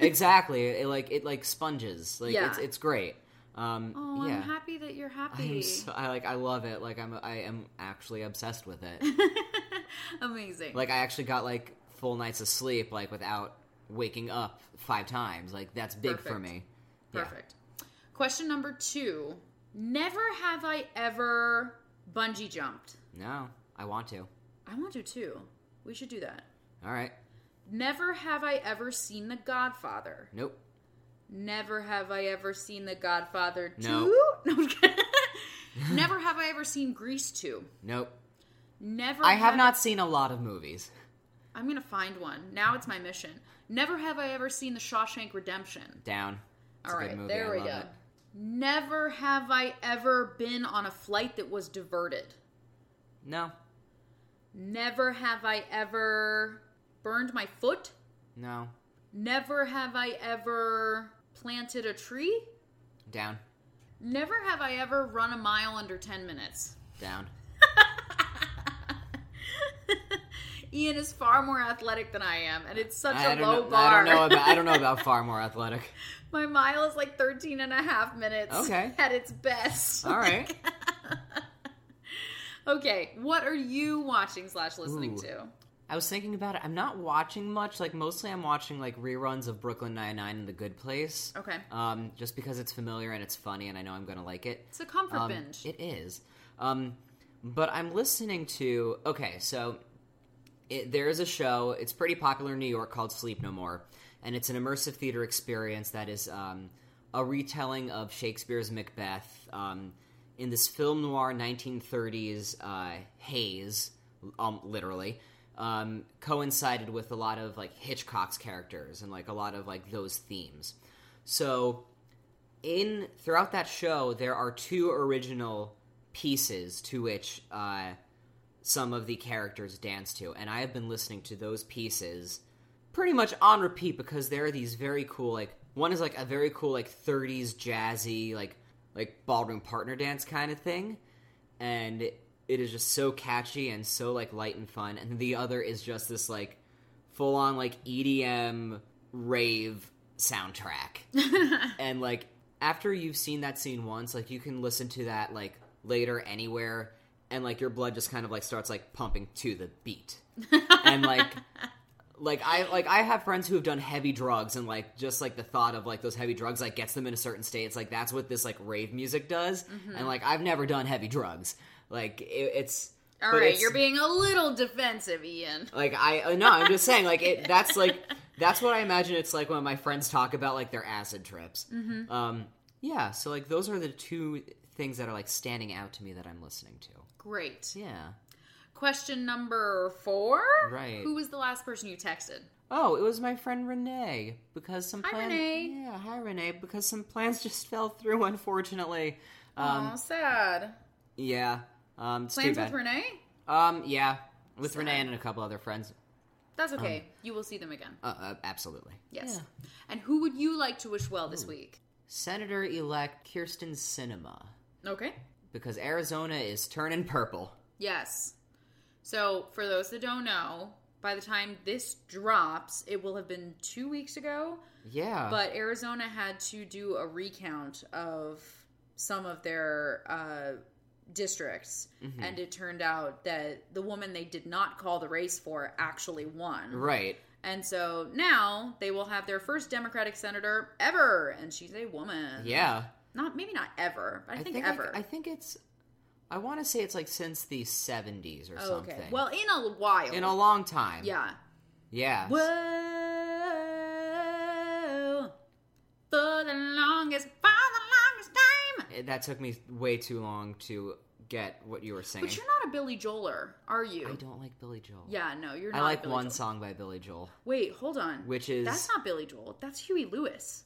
[SPEAKER 2] exactly. It like it like sponges. Like
[SPEAKER 1] Yeah.
[SPEAKER 2] it's it's great. Um,
[SPEAKER 1] Oh,
[SPEAKER 2] yeah.
[SPEAKER 1] I'm happy that you're happy.
[SPEAKER 2] I'm so, I like I love it. Like I'm I am actually obsessed with it.
[SPEAKER 1] (laughs) Amazing.
[SPEAKER 2] Like I actually got like full nights of sleep, like without waking up five times. Like that's big for
[SPEAKER 1] Perfect.
[SPEAKER 2] me. Yeah.
[SPEAKER 1] Perfect. Question number two. Never have I ever bungee jumped.
[SPEAKER 2] No, I want to.
[SPEAKER 1] I want to too. We should do that.
[SPEAKER 2] All right.
[SPEAKER 1] Never have I ever seen The Godfather.
[SPEAKER 2] Nope.
[SPEAKER 1] Never have I ever seen The Godfather 2.
[SPEAKER 2] No.
[SPEAKER 1] (laughs) No, I'm kidding. Never have I ever seen Grease 2.
[SPEAKER 2] Nope.
[SPEAKER 1] Never
[SPEAKER 2] I have not seen a lot of movies.
[SPEAKER 1] I'm going to find one. Now it's my mission. Never have I ever seen The Shawshank Redemption.
[SPEAKER 2] Down. It's
[SPEAKER 1] All
[SPEAKER 2] a good
[SPEAKER 1] right,
[SPEAKER 2] movie.
[SPEAKER 1] there
[SPEAKER 2] I
[SPEAKER 1] we
[SPEAKER 2] love
[SPEAKER 1] go.
[SPEAKER 2] it.
[SPEAKER 1] Never have I ever been on a flight that was diverted.
[SPEAKER 2] No.
[SPEAKER 1] Never have I ever burned my foot.
[SPEAKER 2] No.
[SPEAKER 1] Never have I ever planted a tree.
[SPEAKER 2] Down.
[SPEAKER 1] Never have I ever run a mile under 10 minutes.
[SPEAKER 2] Down.
[SPEAKER 1] Ian is far more athletic than I am, and it's such
[SPEAKER 2] I, I
[SPEAKER 1] a
[SPEAKER 2] don't
[SPEAKER 1] low
[SPEAKER 2] know,
[SPEAKER 1] bar.
[SPEAKER 2] I don't know about I don't know about far more athletic.
[SPEAKER 1] (laughs) My mile is like 13 and a half minutes
[SPEAKER 2] Okay.
[SPEAKER 1] at its best.
[SPEAKER 2] All right.
[SPEAKER 1] (laughs) okay, what are you watching slash listening
[SPEAKER 2] Ooh.
[SPEAKER 1] to?
[SPEAKER 2] I was thinking about it. I'm not watching much. Like mostly I'm watching like reruns of Brooklyn Nine Nine and The Good Place.
[SPEAKER 1] Okay.
[SPEAKER 2] Um, just because it's familiar and it's funny and I know I'm gonna like it.
[SPEAKER 1] It's a comfort
[SPEAKER 2] Um,
[SPEAKER 1] binge.
[SPEAKER 2] It is. Um, but I'm listening to. Okay, so it, there is a show. It's pretty popular in New York called Sleep No More, and it's an immersive theater experience that is um, a retelling of Shakespeare's Macbeth um, in this film noir 1930s uh, haze, um, literally. Um, coincided with a lot of like Hitchcock's characters and like a lot of like those themes. So in throughout that show there are two original pieces to which uh, some of the characters dance to and i have been listening to those pieces pretty much on repeat because there are these very cool like one is like a very cool like 30s jazzy like like ballroom partner dance kind of thing and it is just so catchy and so like light and fun and the other is just this like full on like edm rave
[SPEAKER 1] (laughs)
[SPEAKER 2] soundtrack and like after you've seen that scene once like you can listen to that like later anywhere and like your blood just kind of like starts like pumping to the beat and like like i like i have friends who have done heavy drugs and like just like the thought of like those heavy drugs like gets them in a certain state it's like that's what this like rave music does
[SPEAKER 1] Mm-hmm.
[SPEAKER 2] and like i've never done heavy drugs like it, it's
[SPEAKER 1] All
[SPEAKER 2] but
[SPEAKER 1] right,
[SPEAKER 2] it's-
[SPEAKER 1] you're being a little defensive, Ian.
[SPEAKER 2] like I uh, no, I'm just saying like it. That's like that's what I imagine it's like when my friends talk about like their acid trips.
[SPEAKER 1] Mm-hmm.
[SPEAKER 2] Um, yeah. So like those are the two things that are like standing out to me that I'm listening to.
[SPEAKER 1] Great.
[SPEAKER 2] Yeah.
[SPEAKER 1] Question number four.
[SPEAKER 2] Right.
[SPEAKER 1] Who was the last person you texted?
[SPEAKER 2] Oh, it was my friend Renee because some
[SPEAKER 1] Hi,
[SPEAKER 2] plans.
[SPEAKER 1] Renee.
[SPEAKER 2] Yeah, hi Renee because some plans (laughs) just fell through. Unfortunately. Um,
[SPEAKER 1] oh, sad.
[SPEAKER 2] yeah. Um, it's too
[SPEAKER 1] Plans
[SPEAKER 2] bad.
[SPEAKER 1] with Renee?
[SPEAKER 2] Um, yeah, with
[SPEAKER 1] Sad.
[SPEAKER 2] Renee and a couple other friends.
[SPEAKER 1] That's okay. you will see them again.
[SPEAKER 2] Uh, uh, absolutely.
[SPEAKER 1] Yes.
[SPEAKER 2] Um, Yeah.
[SPEAKER 1] And who would you like to wish well this week?
[SPEAKER 2] Senator-elect Kirsten Cinema
[SPEAKER 1] Okay.
[SPEAKER 2] because Arizona is turning purple.
[SPEAKER 1] Yes. So, for those that don't know, by the time this drops, it will have been two weeks ago,
[SPEAKER 2] Yeah.
[SPEAKER 1] but Arizona had to do a recount of some of their uh, districts,
[SPEAKER 2] Mm-hmm.
[SPEAKER 1] and it turned out that the woman they did not call the race for actually won.
[SPEAKER 2] right.
[SPEAKER 1] And so now they will have their first Democratic senator ever, and she's a woman.
[SPEAKER 2] Yeah.
[SPEAKER 1] Not maybe not ever, but I, think,
[SPEAKER 2] I-
[SPEAKER 1] ever.
[SPEAKER 2] I, think it's. I want to say it's like since the '70s or
[SPEAKER 1] Oh,
[SPEAKER 2] something.
[SPEAKER 1] okay. Well, in a while.
[SPEAKER 2] in a long time.
[SPEAKER 1] yeah.
[SPEAKER 2] Yeah.
[SPEAKER 1] Whoa. For the longest, for the longest time.
[SPEAKER 2] It- Eh, That took me way too long to get what you were singing.
[SPEAKER 1] But you're not a Billy Joeler, are you?
[SPEAKER 2] I don't like Billy Joel.
[SPEAKER 1] Yeah, no, you're
[SPEAKER 2] I
[SPEAKER 1] not. a
[SPEAKER 2] like
[SPEAKER 1] Billy
[SPEAKER 2] one
[SPEAKER 1] Joel.
[SPEAKER 2] song by Billy Joel,
[SPEAKER 1] Wait, hold on.
[SPEAKER 2] which is
[SPEAKER 1] That's not Billy Joel. That's Huey Lewis.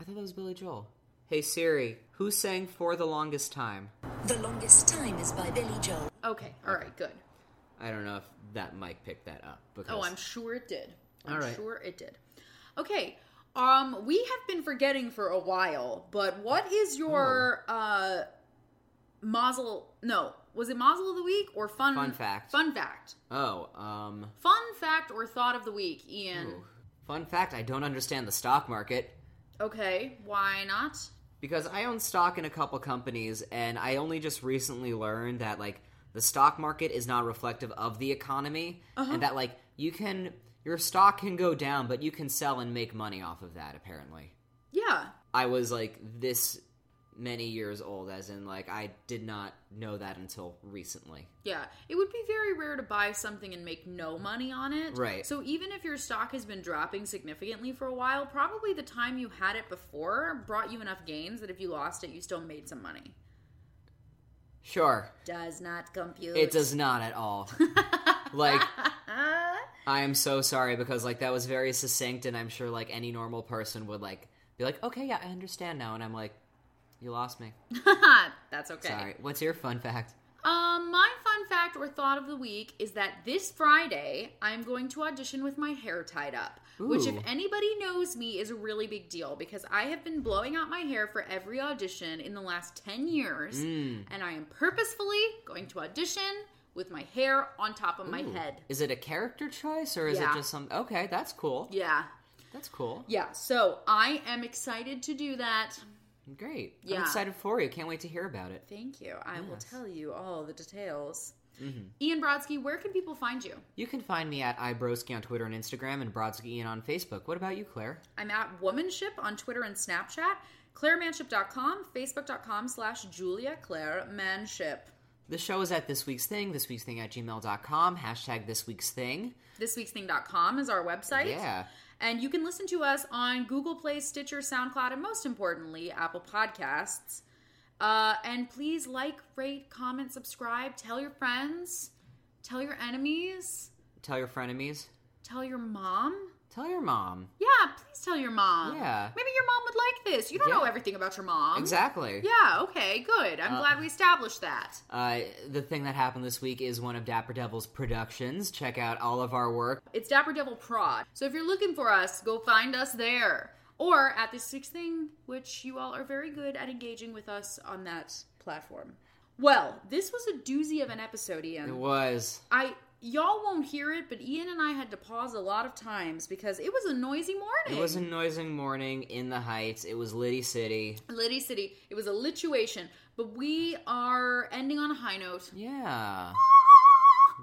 [SPEAKER 2] I thought that was Billy Joel. Hey Siri, who sang for the longest time?
[SPEAKER 3] The Longest Time is by Billy Joel.
[SPEAKER 1] Okay, all right, good.
[SPEAKER 2] I don't know if that mic picked that up. Because
[SPEAKER 1] Oh, I'm sure it did. I'm
[SPEAKER 2] All right.
[SPEAKER 1] sure it did. Okay. Um, we have been forgetting for a while, but what is your
[SPEAKER 2] Oh.
[SPEAKER 1] uh mazel no, was it mazel of the week or fun
[SPEAKER 2] Fun fact.
[SPEAKER 1] Fun fact.
[SPEAKER 2] Oh, um,
[SPEAKER 1] Fun fact or thought of the week, Ian.
[SPEAKER 2] ooh. fun fact: I don't understand the stock market
[SPEAKER 1] Okay, why not?
[SPEAKER 2] because I own stock in a couple companies, and I only just recently learned that like the stock market is not reflective of the economy, and that like you can your stock can go down, but you can sell and make money off of that. Apparently,
[SPEAKER 1] Yeah.
[SPEAKER 2] I was like this many years old, as in like I did not know that until recently.
[SPEAKER 1] Yeah. It would be very rare to buy something and make no money on it.
[SPEAKER 2] Right.
[SPEAKER 1] So even if your stock has been dropping significantly for a while, probably the time you had it before brought you enough gains that if you lost it, you still made some money.
[SPEAKER 2] Sure,
[SPEAKER 1] Does not compute.
[SPEAKER 2] it does not at all. like I am so sorry because like that was very succinct, and I'm sure like any normal person would like be like, okay, yeah, I understand now, and I'm like, you lost me.
[SPEAKER 1] (laughs) That's okay.
[SPEAKER 2] Sorry. What's your fun fact?
[SPEAKER 1] Um, my fun fact or thought of the week is that this Friday I'm going to audition with my hair tied up, which, if
[SPEAKER 2] Ooh.
[SPEAKER 1] anybody knows me, is a really big deal because I have been blowing out my hair for every audition in the last ten years,
[SPEAKER 2] Mm.
[SPEAKER 1] and I am purposefully going to audition with my hair on top of my
[SPEAKER 2] Ooh.
[SPEAKER 1] head.
[SPEAKER 2] Is it a character choice or is
[SPEAKER 1] Yeah.
[SPEAKER 2] it just some? Okay, that's cool.
[SPEAKER 1] Yeah,
[SPEAKER 2] That's cool.
[SPEAKER 1] yeah. So I am excited to do that.
[SPEAKER 2] Great.
[SPEAKER 1] Yeah.
[SPEAKER 2] I'm excited for you. Can't wait to hear about it.
[SPEAKER 1] Thank you. I will tell you all the details.
[SPEAKER 2] Mm-hmm.
[SPEAKER 1] Ian Brodsky, where can people find you?
[SPEAKER 2] You can find me at iBroski on Twitter and Instagram and Brodsky Ian on Facebook. What about you, Claire?
[SPEAKER 1] I'm at womanship on Twitter and Snapchat, clairemanship.com, facebook.com slash Julia Claire Manship.
[SPEAKER 2] The show is at this week's thing, this week's thing at gmail.com, hashtag this week's thing.
[SPEAKER 1] Thisweeksthing.com is our website.
[SPEAKER 2] Yeah.
[SPEAKER 1] And you can listen to us on Google Play, Stitcher, SoundCloud, and most importantly, Apple Podcasts. Uh, and please like, rate, comment, subscribe, tell your friends, tell your enemies,
[SPEAKER 2] Tell your frenemies.
[SPEAKER 1] tell your mom.
[SPEAKER 2] Tell your mom.
[SPEAKER 1] Yeah, please tell your mom.
[SPEAKER 2] Yeah.
[SPEAKER 1] Maybe your mom would like this. You don't know
[SPEAKER 2] Yeah.
[SPEAKER 1] everything about your mom.
[SPEAKER 2] Exactly.
[SPEAKER 1] Yeah, okay, good. I'm glad we established that.
[SPEAKER 2] Uh, the thing that happened this week is one of Dapper Devil's productions. Check out all of our work.
[SPEAKER 1] It's Dapper Devil Prod. So if you're looking for us, go find us there. Or at the sixth thing, which you all are very good at engaging with us on that platform. Well, this was a doozy of an episode,
[SPEAKER 2] It
[SPEAKER 1] Ian.
[SPEAKER 2] was.
[SPEAKER 1] I y'all won't hear it, but Ian and I had to pause a lot of times because it was a noisy
[SPEAKER 2] It
[SPEAKER 1] morning.
[SPEAKER 2] was a noisy morning in the heights. It was Liddy City.
[SPEAKER 1] Liddy City. It was a lituation, but we are ending on a high note.
[SPEAKER 2] Yeah.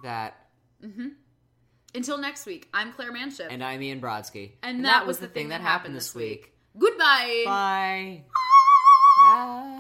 [SPEAKER 2] That.
[SPEAKER 1] Until next week, I'm Claire Manship.
[SPEAKER 2] And I'm Ian Brodsky.
[SPEAKER 1] And that was the thing that happened this week. Goodbye.
[SPEAKER 2] Bye. Bye.